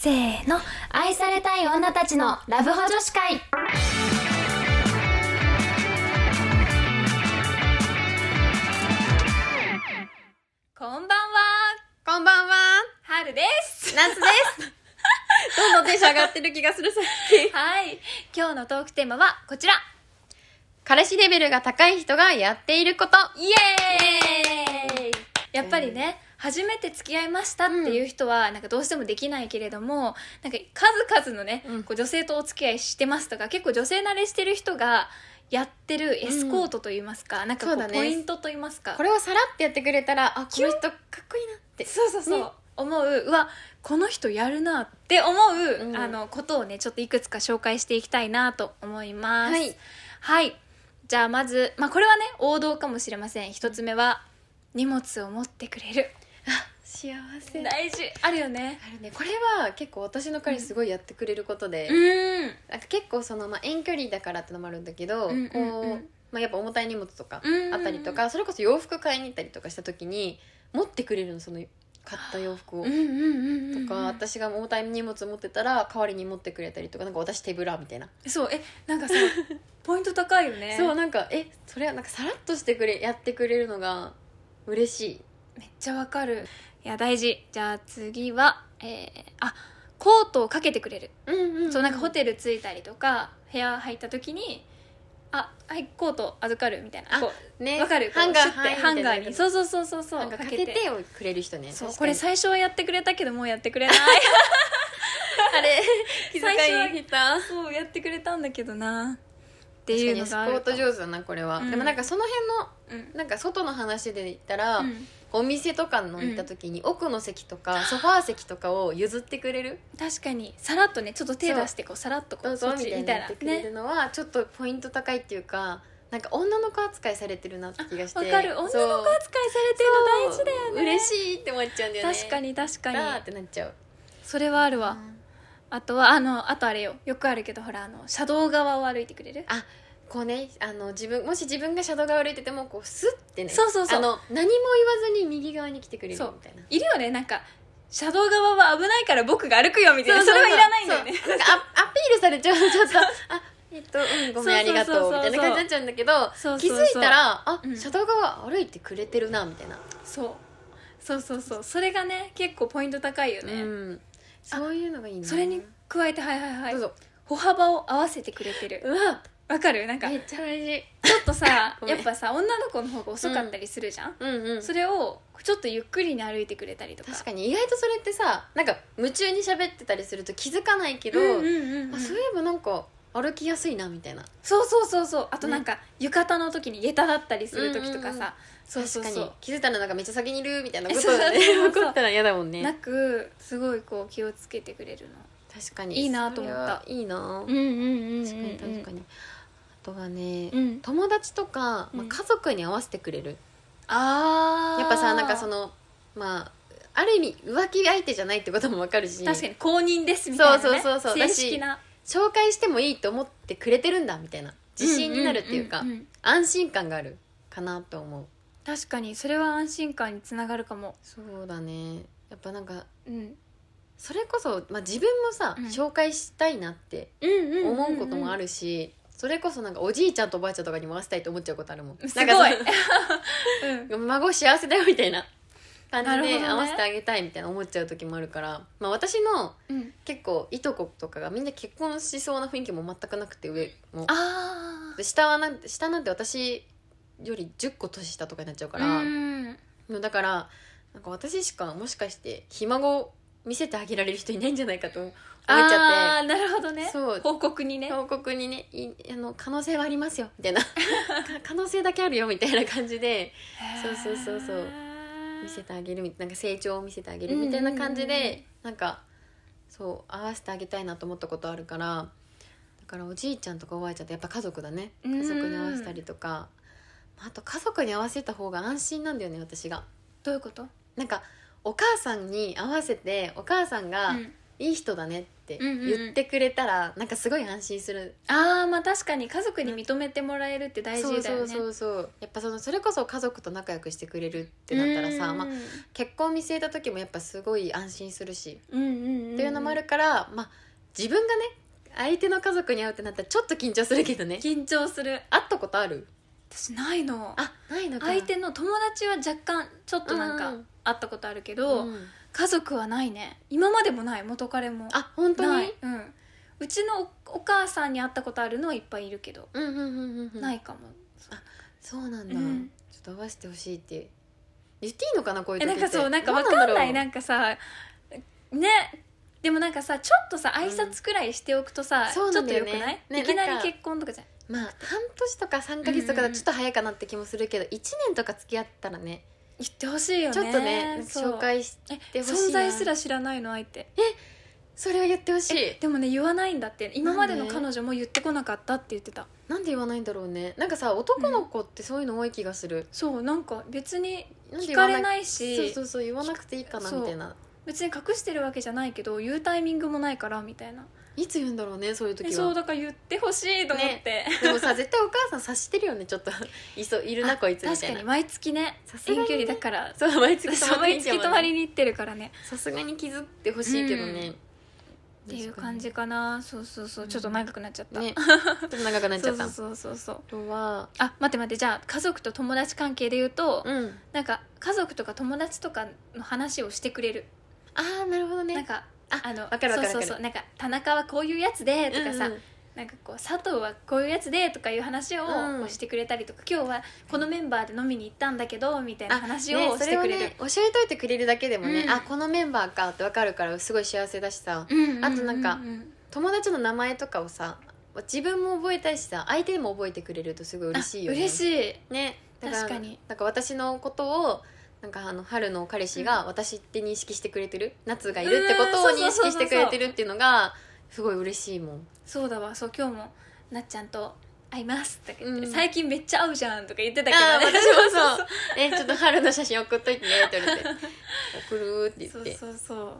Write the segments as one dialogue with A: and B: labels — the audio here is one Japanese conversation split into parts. A: せーの愛されたい女たちのラブホ女子会こんばんは
B: こんばんは、
A: はるです
B: 夏 です。どんどんテンション上がってる気がする最近。
A: はい今日のトークテーマはこちら
B: 彼氏レベルが高い人がやっていること。
A: イエーイやっぱりね初めて付き合いましたっていう人はなんかどうしてもできないけれども、なんか数々のね、
B: うん
A: こう女性とお付き合いしてますとか結構女性慣れしてる人がやってるエスコートといいますか、なんかこ
B: そうだ
A: う
B: ね
A: ポイントといいますか
B: これをさらってやってくれたら、あ、この人かっこいいなって。
A: そうそうそう、
B: ね
A: 思ううわこの人やるなって思う、
B: うん
A: あのことをねちょっといくつか紹介していきたいなと思います
B: はい、
A: はいじゃあまず、まあ、これはね王道かもしれません一つ目は荷物を持ってくれる
B: 幸せ。あ
A: 大事あるよね
B: るね、これは結構私の彼氏すごいやってくれることで、
A: うん
B: なんか結構その、まあ、遠距離だからってのもあるんだけど、
A: うんうんうん
B: こう、まあ、やっぱ重たい荷物とか
A: うん
B: あったりとか、それこそ洋服買いに行ったりとかした時に持ってくれるのその買った洋服を。
A: うんうんうんうん
B: とか、私が重たい荷物持ってたら代わりに持ってくれたりとかなんか私手ぶらみたいな、
A: そうえなん かさポイント高いよね
B: そうなんかえそれはなんかさらっとしてくれやってくれるのが嬉しい
A: めっちゃわかるいや大事じゃあ次はえー、あコートをかけてくれる
B: うん
A: そうなんかホテル着いたりとか部屋入った時に「あはいコート預かる」みたいな
B: あ
A: こ
B: ルね
A: うわかる
B: ハンガー
A: こうシュッてハンガーに
B: そ
A: そううそうそうそうそう
B: なんかかけてくれる人ね
A: そう
B: 確
A: こ
B: か
A: れ
B: に
A: 最初はやってくれ たけどもうやってくれない
B: あれ
A: 気遣い
B: た
A: そうやってくれたんだけどなって
B: 確か
A: いう
B: に
A: の
B: エスコ
A: がある
B: ー
A: か
B: ト
A: も
B: 上手だなこれは、
A: うん
B: でもなんかその辺の
A: うん
B: なんか外の話で言ったら、
A: うん
B: お店とかの行った時に、奥の席とかソファー席とかを譲ってくれる
A: 確かにさらっとねちょっと手出してこうさらっとこ
B: ど
A: う
B: うぞ
A: そっ
B: み
A: ち
B: たい
A: み
B: に
A: た
B: やっ
A: い
B: て
A: な
B: くれ
A: ね
B: るのはちょっとポイント高いっていうかなんか女の子扱いされてるなって気がして
A: わかる女の子扱いされてるの大事だよね
B: 嬉しいって思っちゃうんだよね
A: 確かに確か
B: だー
A: に
B: ってなっちゃう
A: それはあるわ、
B: あ
A: あとはあのあとあれよよくあるけどほらあの車道側を歩いてくれる
B: こうねあの自分もし自分がシャドウ側歩いててもこうスッてね
A: そうそうそう
B: あの何も言わずに右側に来てくれるみたいない
A: るよねなんか車道側は危ないから僕が歩くよみたいなそれはいらないんだよね
B: そうなんかアアピールされちゃうちょっとあえっとうんごめんありがとうみたいな感じになっちゃうんだけど
A: そう
B: 気
A: そうそう
B: づいたらあ
A: うん
B: シャドウ側歩いてくれてるなみたいな
A: そうそうそうそうそれがね結構ポイント高いよね、
B: うんそういうのがいいな
A: それに加えてはいはいはい
B: どうぞ
A: 歩幅を合わせてくれてる
B: うわ
A: わかるなんか
B: めっちゃ嬉しい
A: ちょっとさ
B: ごめ
A: や
B: ん
A: っぱさ女の子の方が遅かったりするじゃん、
B: うんうん
A: それをちょっとゆっくりに歩いてくれたりとか
B: 確かに意外とそれってさなんか夢中に喋ってたりすると気づかないけど、
A: うんうんうんうん
B: あそういえばなんか歩きやすいなみたいな
A: そうそうそうそうあとなんか、浴衣の時に下駄だったりする時とかさ、
B: うんうんうん
A: そうそう
B: 確
A: そ
B: か
A: う
B: に気づいたらなんかめっちゃ先にいるみたいなこと
A: そう
B: がね
A: そうそう
B: 起こったら嫌だもん
A: な
B: ね
A: くすごいこう気をつけてくれるの
B: 確かに
A: いいなと思った
B: それはいいな、
A: んうんうん
B: 確かに確かにあとはね、
A: うん
B: 友達とか、
A: う
B: まあ
A: ん、
B: 家族に合わせてくれる、
A: あー
B: やっぱさなんかそのまあある意味浮気相手じゃないってこともわかるし
A: 確かに公認ですみたいな、ね、
B: そうそうそうそうだ
A: 正
B: し
A: 式な
B: 紹介してもいいと思ってくれてるんだみたいな自信になるっていうか、
A: んんんん
B: 安心感があるかなと思う
A: 確かにそれは安心感につながるかも
B: そうだねやっぱなんか
A: うん
B: それこそ、まあ、自分もさ、
A: うん
B: 紹介したいなって
A: うんうん
B: 思うこともあ
A: る
B: るし、それこそなんかおじいちゃんとおばあちゃんとかに回したいと思っちゃうことあるも
A: す
B: ん
A: ごい
B: なんか
A: うん
B: その 孫幸せだよみたいな感じ
A: なるほど
B: で、
A: ね
B: 合わせてあげたいみたいな思っちゃう時もあるから、まあ、私の
A: うん
B: 結構いとことかがみんな結婚しそうな雰囲気も全くなくて上も
A: あ
B: で下はなんて下なんて私より10個年下とかになっちゃう
A: あ
B: から、
A: うん
B: もうだからなんか私しかもしかしてひ孫を見せてあげられる人いないんじゃないかと思っちゃ
A: あーなるほど
B: って、
A: ね
B: そう
A: 報告にね
B: 報告にねいあの可能性はありますよみたいな か可能性だけあるよみたいな感じでそうそうそうそう見せてあげるみなんか成長を見せてあげるみたいな感じで、
A: うんうんうん
B: なんかそう合わせてあげたいなと思ったことあるからだからおじいちゃんとかおばあちゃんってやっぱ家族だね
A: うん
B: 家族に合わせたりとか、あと家族に合わせた方が安心なんだよね私が。
A: どういうこと
B: なんかお母さんに合わせてお母さんが
A: うん
B: いい人だねっって
A: うんうんうん
B: 言ってくれたらなんかすごい安心する
A: あーまあ確かに家族に認めてもらえるって大
B: そう
A: 事だよね
B: そうそうそうやっぱそのそれこそ家族と仲良くしてくれるってなったらさ、
A: うん
B: まあ、結婚見据えた時もやっぱすごい安心するし、
A: うんうんうん
B: というのもあるから、まあ、自分がね相手の家族に会うってなったらちょっと緊張するけどね
A: 緊張する
B: 会ったことある
A: 私ないの
B: あないのか
A: 相手の友達は若干ちょっとなん
B: うんう
A: か
B: ん
A: 会ったことあるけど、
B: と、うん
A: 家族はないね今までもない元彼も
B: あ本当
A: な
B: に
A: い、うん、うちのおお母さんに会ったことあるのはいっぱいいるけど、
B: うんうんうんうんうん
A: ないかも
B: そうなんだ、
A: うん
B: ちょっと合わせてほしいって言っていいのかなこういう
A: え
B: 時
A: な
B: っ
A: ん
B: て
A: かそうなんかわかんないなんんかさねでもなんかさちょっとさ挨拶くらいしておくとさ、
B: そう
A: ち
B: な
A: ょ
B: ん
A: っ
B: だ
A: とよ
B: よね
A: くない、
B: ね
A: いきな
B: な
A: り
B: んか
A: 結婚とかじゃん
B: まあ半年とか3か月
A: う
B: とかだ
A: んうんうん
B: とちょっと早いかなって気もするけど、一1年とか付き合ったらね
A: 言ってほしいよね
B: ちょっとね
A: そう
B: 紹介し
A: え
B: てほし
A: 存
B: いな
A: 在すら知らないの相手
B: それは言ってほしい
A: でもね言わないんだって今までの彼女も言ってこなかったって言ってた
B: なんで言わないんだろうねなんかさ男の子ってそういうの多い気がする、
A: そうなんか別に
B: なんで
A: 聞
B: 言わ
A: かれないし
B: そうそうそう言わなくていいかな
A: そう
B: みたいな
A: 別に隠してるわけじゃないけど言うタイミングもないからみたいない
B: つ言うんだろうねそういう時
A: え
B: は
A: そうだから言ってほしいと思って、
B: でもさ絶対お母さん察してるよねちょっといそういるなこいつみ
A: 確
B: た
A: か
B: い
A: に
B: な
A: 毎月ね
B: さすがに
A: 遠
B: ね
A: 距離だから
B: そう毎月
A: そう毎月泊まりに行ってるからね
B: さすがに気づってほしいけどね、
A: っていう感じかなそうそうそうちょっと長くなっちゃった、
B: ねちょっと長くなっち
A: そ
B: ゃ
A: う
B: った
A: そうそうそうそう
B: あとは
A: あ待って待ってじゃあ家族と友達関係で言うと、
B: うん
A: なんか家族とか友達とかの話をしてくれる、
B: ああなるほどね
A: なんか
B: あ
A: あの
B: わかるわかる
A: そうそうそうなんか田中はこういうやつでとかさ、
B: うんうん
A: なんかこう佐藤はこういうやつでとかいう話をこ
B: うん
A: うしてくれたりとか、今日はこのメンバーで飲みに行ったんだけどみたいな話
B: ね
A: をしてくれる、
B: それをね教えといてくれるだけでもね、
A: うん
B: あこのメンバーかってわかるからすごい幸せだしさ
A: うんうんうんうん
B: あとなんか友達の名前とかをさ自分も覚えたいしさ相手も覚えてくれるとすごい嬉しいよ
A: あ
B: ね
A: 嬉し
B: い
A: い
B: ねだら
A: 確かに
B: なんか私のことをなんかあの春の彼氏が私って認識してくれてる、夏がいるってことを
A: うんそうそう
B: 認
A: そうそう
B: 識してくれてるっていうのがすごい嬉しいもん
A: そうだわそう今日もなっちゃんと会いますとか言って、
B: うん
A: 最近めっちゃ会うじゃんとか言ってたけ
B: あ
A: ど
B: ー
A: ね
B: 私もそう ねちょっと春の写真送っといてねって言われて送るって言っ て
A: そうそうそ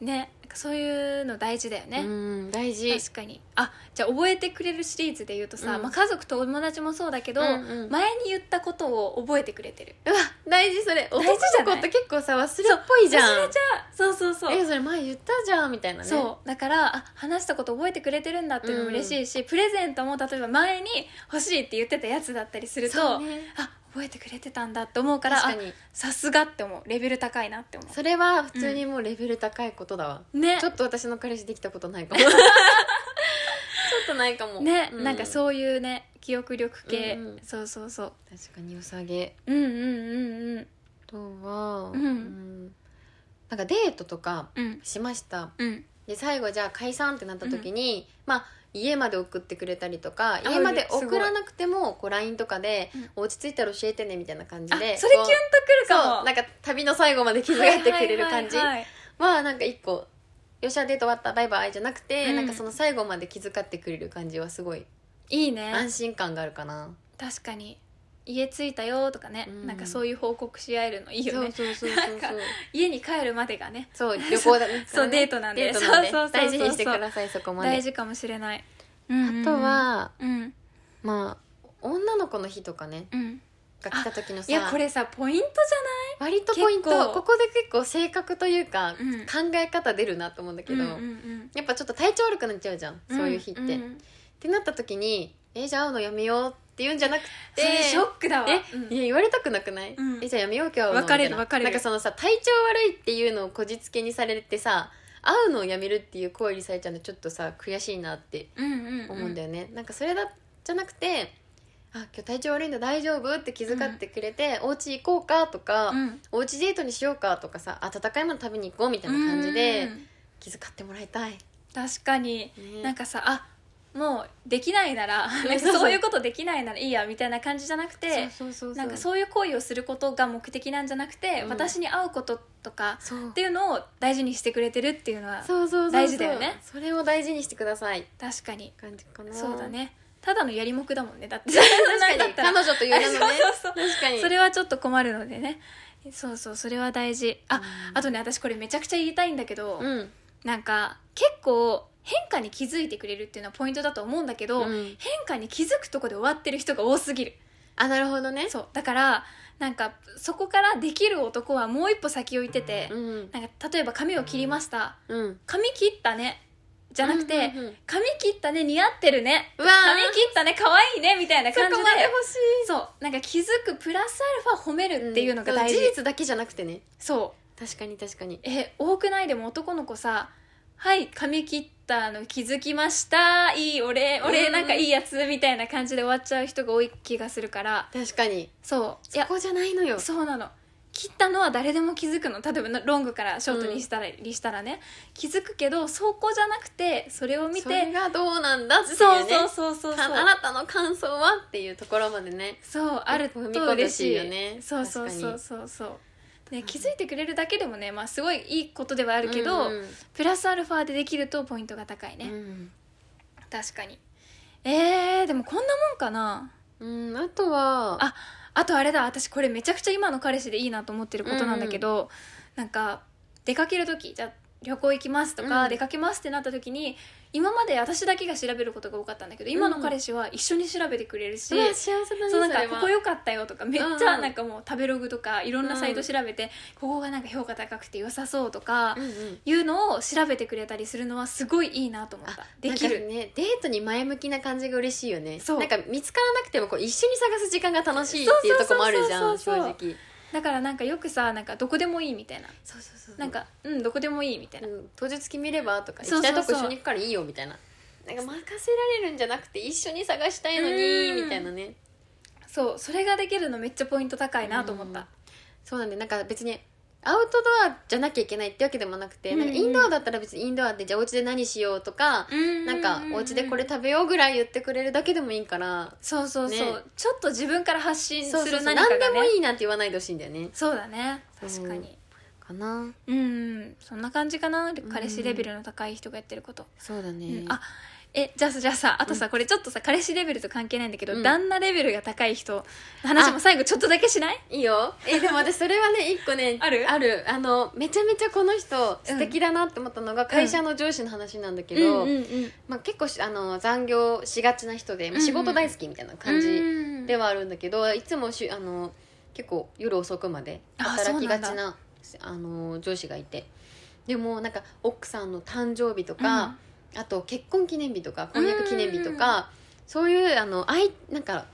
A: うねなんかそういうの大事だよね、
B: うん大事
A: 確かにあじゃあ覚えてくれるシリーズで言うとさ、
B: うん
A: まあ、家族と友達もそうだけど、
B: うんうん
A: 前に言ったことを覚えてくれてる
B: うわ大事それ
A: 大
B: 男
A: 事じゃ
B: の
A: ない
B: 子って結構さ忘れっぽいじゃん
A: 忘れちゃうそうそうそう
B: えそれ前言ったじゃんみたいなね
A: そうだからあ話したこと覚えてくれてるんだっていうのも嬉しいし、プレゼントも例えば前に欲しいって言ってたやつだったりする
B: そ
A: と、
B: うね
A: あ覚えてくれてたんだって思うから
B: 確
A: あ
B: かに
A: さすがって思うレベル高いなって思
B: それは普通にもうレベル高いことだわ、
A: うね
B: ちょっと私の彼氏できたことな いかもちょっとないかも
A: ね、
B: う
A: なんかそういうね記憶力系、
B: うんうん
A: そうそうそう
B: 確かに良さげ
A: うんうんうんうん
B: あとは、
A: うん
B: んなんかデートとか
A: うん
B: しました
A: うん
B: で最後じゃあ解散ってなった時に、まあ家まで送ってくれたりとか
A: あ
B: 家まで
A: すごい
B: 送らなくてもこう LINE とかで、落ち着いたら教えてねみたいな感じ
A: あ
B: で
A: それキュン
B: こ
A: く
B: とう
A: るか
B: そう
A: も
B: なんか旅の最後まで気遣ってくれる感じ
A: はいはいはいはい
B: はなんか一個「よっしゃデート終わったバイバイ」じゃなくて、
A: うん
B: なんかその最後まで気遣ってくれる感じはすごい
A: いいね
B: 安心感があるかな、
A: 確かに家着いたよとかね、
B: うん
A: なんかそういう報告し合えるのいいよね
B: そうそうそう
A: なんか家に帰るまでがね
B: そうそう旅行だね
A: そうデートなんでそうそうそうそう
B: 大事にしてくださいそこまで
A: 大事かもしれない、うんうんうん
B: あとは
A: うん
B: まあ女の子の日とかね
A: うん
B: が来た時のさ
A: いやこれさポイントじ
B: 割とポイン
A: 結構
B: トここで結構性格という
A: う
B: か、
A: ん
B: 考え方出るなと思うんだけ
A: ゃ
B: ど、
A: ないうんうん
B: やっぱちょっと体調悪くなっちゃうじゃん、
A: うん
B: そういう日って、
A: ん
B: っ
A: ん
B: てなった時に「えじゃあ会うのやめよう」って言うんじゃなくて
A: それショックだわ
B: え、
A: うん
B: いや言われたくなくない、
A: うん
B: えじゃあやめよう今日は
A: 別れる別れる
B: なんかそのさ体調悪いっていうのをこじつけにされてさ会うのをやめるっていう行為にされちゃうのちょっとさ悔しいなって
A: うんうんうん
B: 思うんだよね、なんかそれだじゃなくて「あ今日体調悪いんだ大丈夫?」って気遣ってくれて「お家行こうか」とか、
A: うん
B: おうちデートにしようかとかさ温かいもの食べに行こうみたいな感じで
A: うん
B: 気遣ってもらいたい、
A: 確かになん
B: か
A: かさあもうできないならなんか
B: そうそう
A: そういうことできないならいいやみたいな感じじゃなくて
B: そうそうそうそう
A: なんかそういう行為をすることが目的なんじゃなくて、
B: うん
A: 私に会うこととか
B: そう
A: っていうのを大事にしてくれてるっていうのは
B: そうそうそうそう
A: 大事だよね
B: それを大事にしてください
A: 確かに
B: 感じかな
A: そうだねただのやりもくだもんねだって
B: 確かに彼女という名の ね
A: そうそう
B: 確かに
A: それはちょっと困るのでねそうそうそれは大事あ、
B: うん
A: あとね私これめちゃくちゃ言いたいんだけど、
B: うん
A: なんか結構変化に気づいてくれるっていうのはポイントだと思うんだけど、
B: うん
A: 変化に気づくとこで終わってる人が多すぎる
B: あなるほどね
A: そうだからなんかそこからできる男はもう一歩先を行ってて、
B: うん
A: なんか例えば髪を切りました
B: うん
A: 髪切ったねじゃなくて、
B: うんうんうん
A: 髪切ったね似合ってるね
B: うわー
A: 髪切ったね可愛いねみたいな
B: そ
A: 感じ
B: こ
A: で
B: まで欲しい
A: そうなんか気づくプラスアルファ褒めるっていうのが大事、
B: ん事実だけじゃなくてね
A: そう
B: 確かに確かに
A: え多くないでも男の子さ「はい髪切ったの気づきましたいい俺俺なんかいいやつ」みたいな感じで終わっちゃう人が多い気がするから
B: 確かに
A: そうい
B: そ
A: や
B: こじゃないのよ
A: そうなの切ったのは誰でも気づくの例えばなロングからショートにしたら,、にしたらね気づくけどそこじゃなくてそれを見
B: それ
A: て
B: がどうなんだっていうね
A: そうそうそうそうそう
B: かあなたの感想はっていうところまでね
A: そうあると
B: 踏み込んで
A: 嬉
B: ほ
A: し
B: し
A: い
B: いよね
A: そうそうそうそうそう、ね、気づいてくれるだけでもね、まあ、すごいいいことではあるけど、
B: うん
A: プラスアルファでできるとポイントが高いね、
B: うん
A: 確かにえー、でもこんなもんかな
B: うんあとは
A: ああとあれだ私これめちゃくちゃ今の彼氏でいいなと思ってることなんだけど、なんか出かける時じゃあ旅行行きますとか、
B: うん
A: 出かけますってなった時に今まで私だけが調べることが多かったんだけど今の彼氏は一緒に調べてくれるし、
B: うわ幸せだね
A: そうなん
B: そ
A: か
B: れは
A: ここ良かったよとかめっち
B: う
A: ゃ
B: ん
A: なんかもう食べログとかいろんなサイト調べて、ここがなんか評価高くて良さそうとか
B: うんうん
A: いうのを調べてくれたりするのはすごいいいなと思ったでき
B: なん
A: る
B: かねデートに前向きな感じが嬉しいよね
A: そう
B: なんか見つからなくてもこう一緒に探す時間が楽しいっていうとこもあるじゃん
A: そ
B: 正
A: うそうそうそうそう
B: 直
A: だからなんかよくさなんかどこでもいいみたいな
B: そうそうそう
A: なんかうんどこでもいいみたいな
B: うん当日決めればとか
A: そう
B: 行き
A: そ
B: た
A: う
B: い
A: そう
B: とこ一緒に行くからいいよみたいななんか任せられるんじゃなくて一緒に探したいの
A: うん
B: にみたいなね
A: そうそれができるのめっちゃポイント高いなと思った
B: そうなんでなんか別にアウトドアじゃなきゃいけないってわけでもなくて、なんかインドアだったら別にインドアでじゃあお家で何しようとか、なんかお家でこれ食べようぐらい言ってくれるだけでもいいから、
A: そうそうそう、
B: ね
A: ちょっと自分から発信す
B: そうそう
A: る
B: そう
A: 何かが、ね、
B: 何でもいいなんて言わないでほしいんだよね
A: そうだね
B: そう
A: 確かに
B: かな
A: うんそんな感じかな彼氏レベルの高い人がやってること
B: そうだね、
A: うんあえじゃあさじゃあさあとさ、これちょっとさ彼氏レベルと関係ないんだけど、
B: うん
A: 旦那レベルが高い人の話も最後ちょっとだけしない
B: いいよえでも私それは ね一個ね
A: ある
B: あるあのめちゃめちゃこの人素敵だなって思ったのが会社の上司の話なんだけど、
A: うんうんうん
B: まあ、結構しあの残業しがちな人で、
A: う
B: まあ、
A: んうん
B: 仕事大好きみたいな感じ
A: うん
B: ではあるんだけど、いつもしあの結構夜遅くまで
A: あ
B: 働きがち
A: そう
B: なあの上司がいてでもなんか奥さんの誕生日と
A: うん
B: か、あと結婚記念日とか婚約記念日とか、そういうあのあいなんか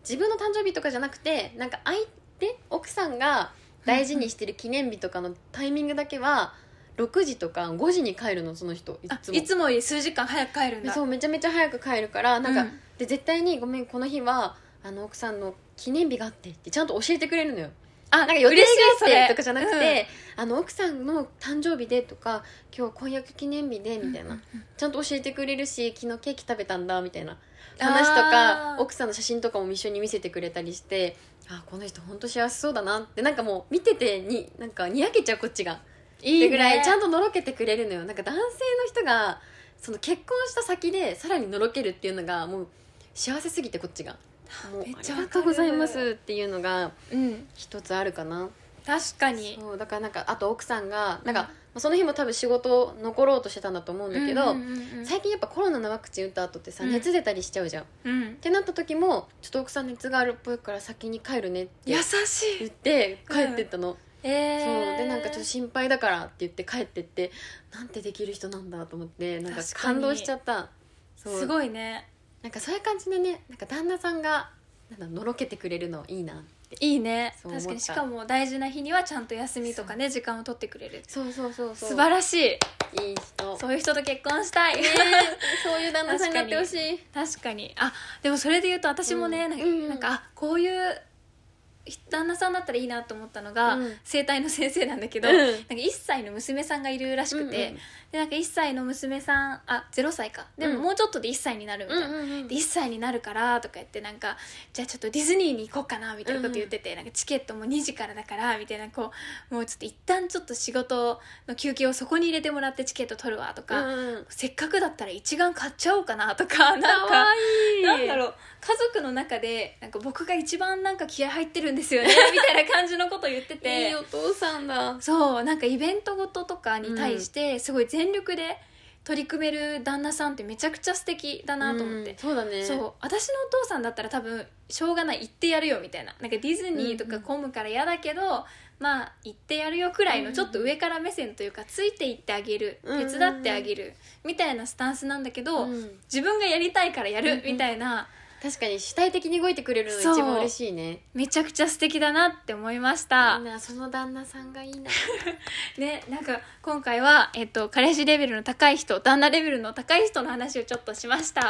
B: 自分の誕生日とかじゃなくてなんか相手奥さんが大事にしてる記念日とかのタイミングだけは6時とか5時に帰るのその人い
A: あ
B: つも
A: いつもより数時間早く帰るんだ
B: そうめちゃめちゃ早く帰るからなんか、
A: うん
B: で絶対に「ごめんこの日はあの奥さんの記念日があって」ってちゃんと教えてくれるのよ。
A: あ
B: なんか予定が
A: 嬉しいそ
B: あっ
A: れ
B: てとかじゃなくて、あの奥さんの誕生日でとか今日婚約記念日でみたいな、ちゃんと教えてくれるし昨日ケーキ食べたんだみたいな話と
A: あ
B: か
A: ー
B: 奥さんの写真とかも一緒に見せてくれたりしてあこの人本当幸せそうだなってなんかもう見ててになんかにやけちゃうこっちが。
A: いい、ね、
B: ぐらいちゃん
A: と
B: とのろけてくれるのよなんか男性の人がその結婚した先でさらにのろけるっていうのがもう幸せすぎてこっちが「もう
A: めっ
B: あ
A: ちゃ
B: り
A: わかる
B: がとうございます」っていうのが
A: うん
B: 一つあるかな
A: 確かに
B: そうだからなんかあと奥さんがなんか、まあその日も多分仕事残ろうとしてたんだと思うんだけど、
A: うんうんうんうん
B: 最近やっぱコロナのワクチン打った後ってさ、
A: うん
B: 熱出たりしちゃうじゃんっ
A: うん
B: てなった時も「ちょっと奥さん熱があるっぽいから先に帰るね」って
A: 優しい
B: 言って帰ってったの、
A: え
B: そう
A: ー、
B: でなんかちょっと心配だからって言って帰ってってなんてできる人なんだと思ってなんか
A: 確かに
B: 感動しちゃったそう
A: すごいね
B: なんかそういう感じでねなんか旦那さんがなんだのろけてくれるのいいない
A: いね
B: そう思っ
A: 確
B: た
A: かにしかも大事な日にはちゃんと休みとかね時間を取ってくれる
B: そうそうそうそう
A: 素晴らしい
B: いい人そう
A: そういう人と結婚したいね
B: いう旦那さんになってほしい
A: 確かにあでもそれで言うと私もね、
B: うん
A: なんか
B: うんうん
A: なんかあこういう旦那さんだったらいいなと思ったのが、
B: うん
A: 整体の先生なんだけど、
B: うん
A: なんか1歳の娘さんがいるらしくて、
B: うんうん
A: でなんか1歳の娘さんあ0歳かでも
B: うん
A: もうちょっとで1歳になるみたいな、
B: うんうんうん
A: で1歳になるからとか言ってなんかじゃあちょっとディズニーに行こうかなみたいなこと言ってて、なんかチケットも2時からだからみたいなこうもうちょっと一旦ちょっと仕事の休憩をそこに入れてもらってチケット取るわとか、
B: うん
A: せっかくだったら一眼買っちゃおうかなとかなん
B: かわ
A: か
B: いい
A: なんだろ
B: う
A: う家族の中でなんか僕が一番なんか気合入ってるんですよねみたいな感じのこと言ってて
B: いいお父さんだ
A: そうなんかイベントごととかに対してすごい全力で取り組める旦那さんってめちゃくちゃ素敵だなと思って
B: うん、そうだね
A: そう私のお父さんだったら多分しょうがない行ってやるよみたいななんかディズニーと
B: うんう
A: か
B: ん
A: 混むから嫌だけど、まあ行ってやるよくらいのちょっと上から目線というかついて行ってあげる
B: うんうんうん
A: 手伝ってあげるみたいなスタンスなんだけど、
B: うん
A: 自分がやりたいからや
B: うん
A: る
B: うん
A: みたいな、
B: 確かに主体的に動いてくれるの
A: そう
B: 一番嬉しいね
A: めちゃくちゃ素敵だなって思いまし
B: い
A: た
B: い、なその旦那さん がいいな
A: ねなんか今回は、えっと、彼氏レベルの高い人旦那レベルの高い人の話をちょっとしました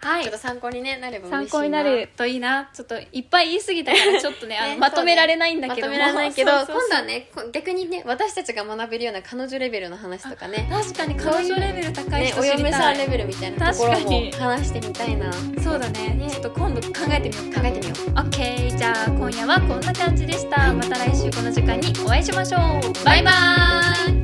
A: は
B: ちょ
A: い
B: っと参考にねなれば嬉しい
A: 参考になるといいなちょっといっぱい言い過ぎたからちょっとねあの
B: ね
A: まとめられないんだ
B: ま
A: け
B: と
A: ども
B: められないけど
A: そうそうそう
B: 今度はねこ逆にね私たちが学べるような彼女レベルの話とかね
A: 確かに彼女レベル高い
B: ね
A: 人
B: お
A: 知り
B: 嫁さ
A: た
B: ん
A: い、
B: レベルみたいなところ
A: 確か
B: も
A: に
B: 話してみたいな
A: そうだね
B: ね
A: ちょっと今度考えてみよう
B: 考えてみよう
A: OK じゃあ今夜はこんな感じでしたまた来週この時間にお会いしましょうバイバーイ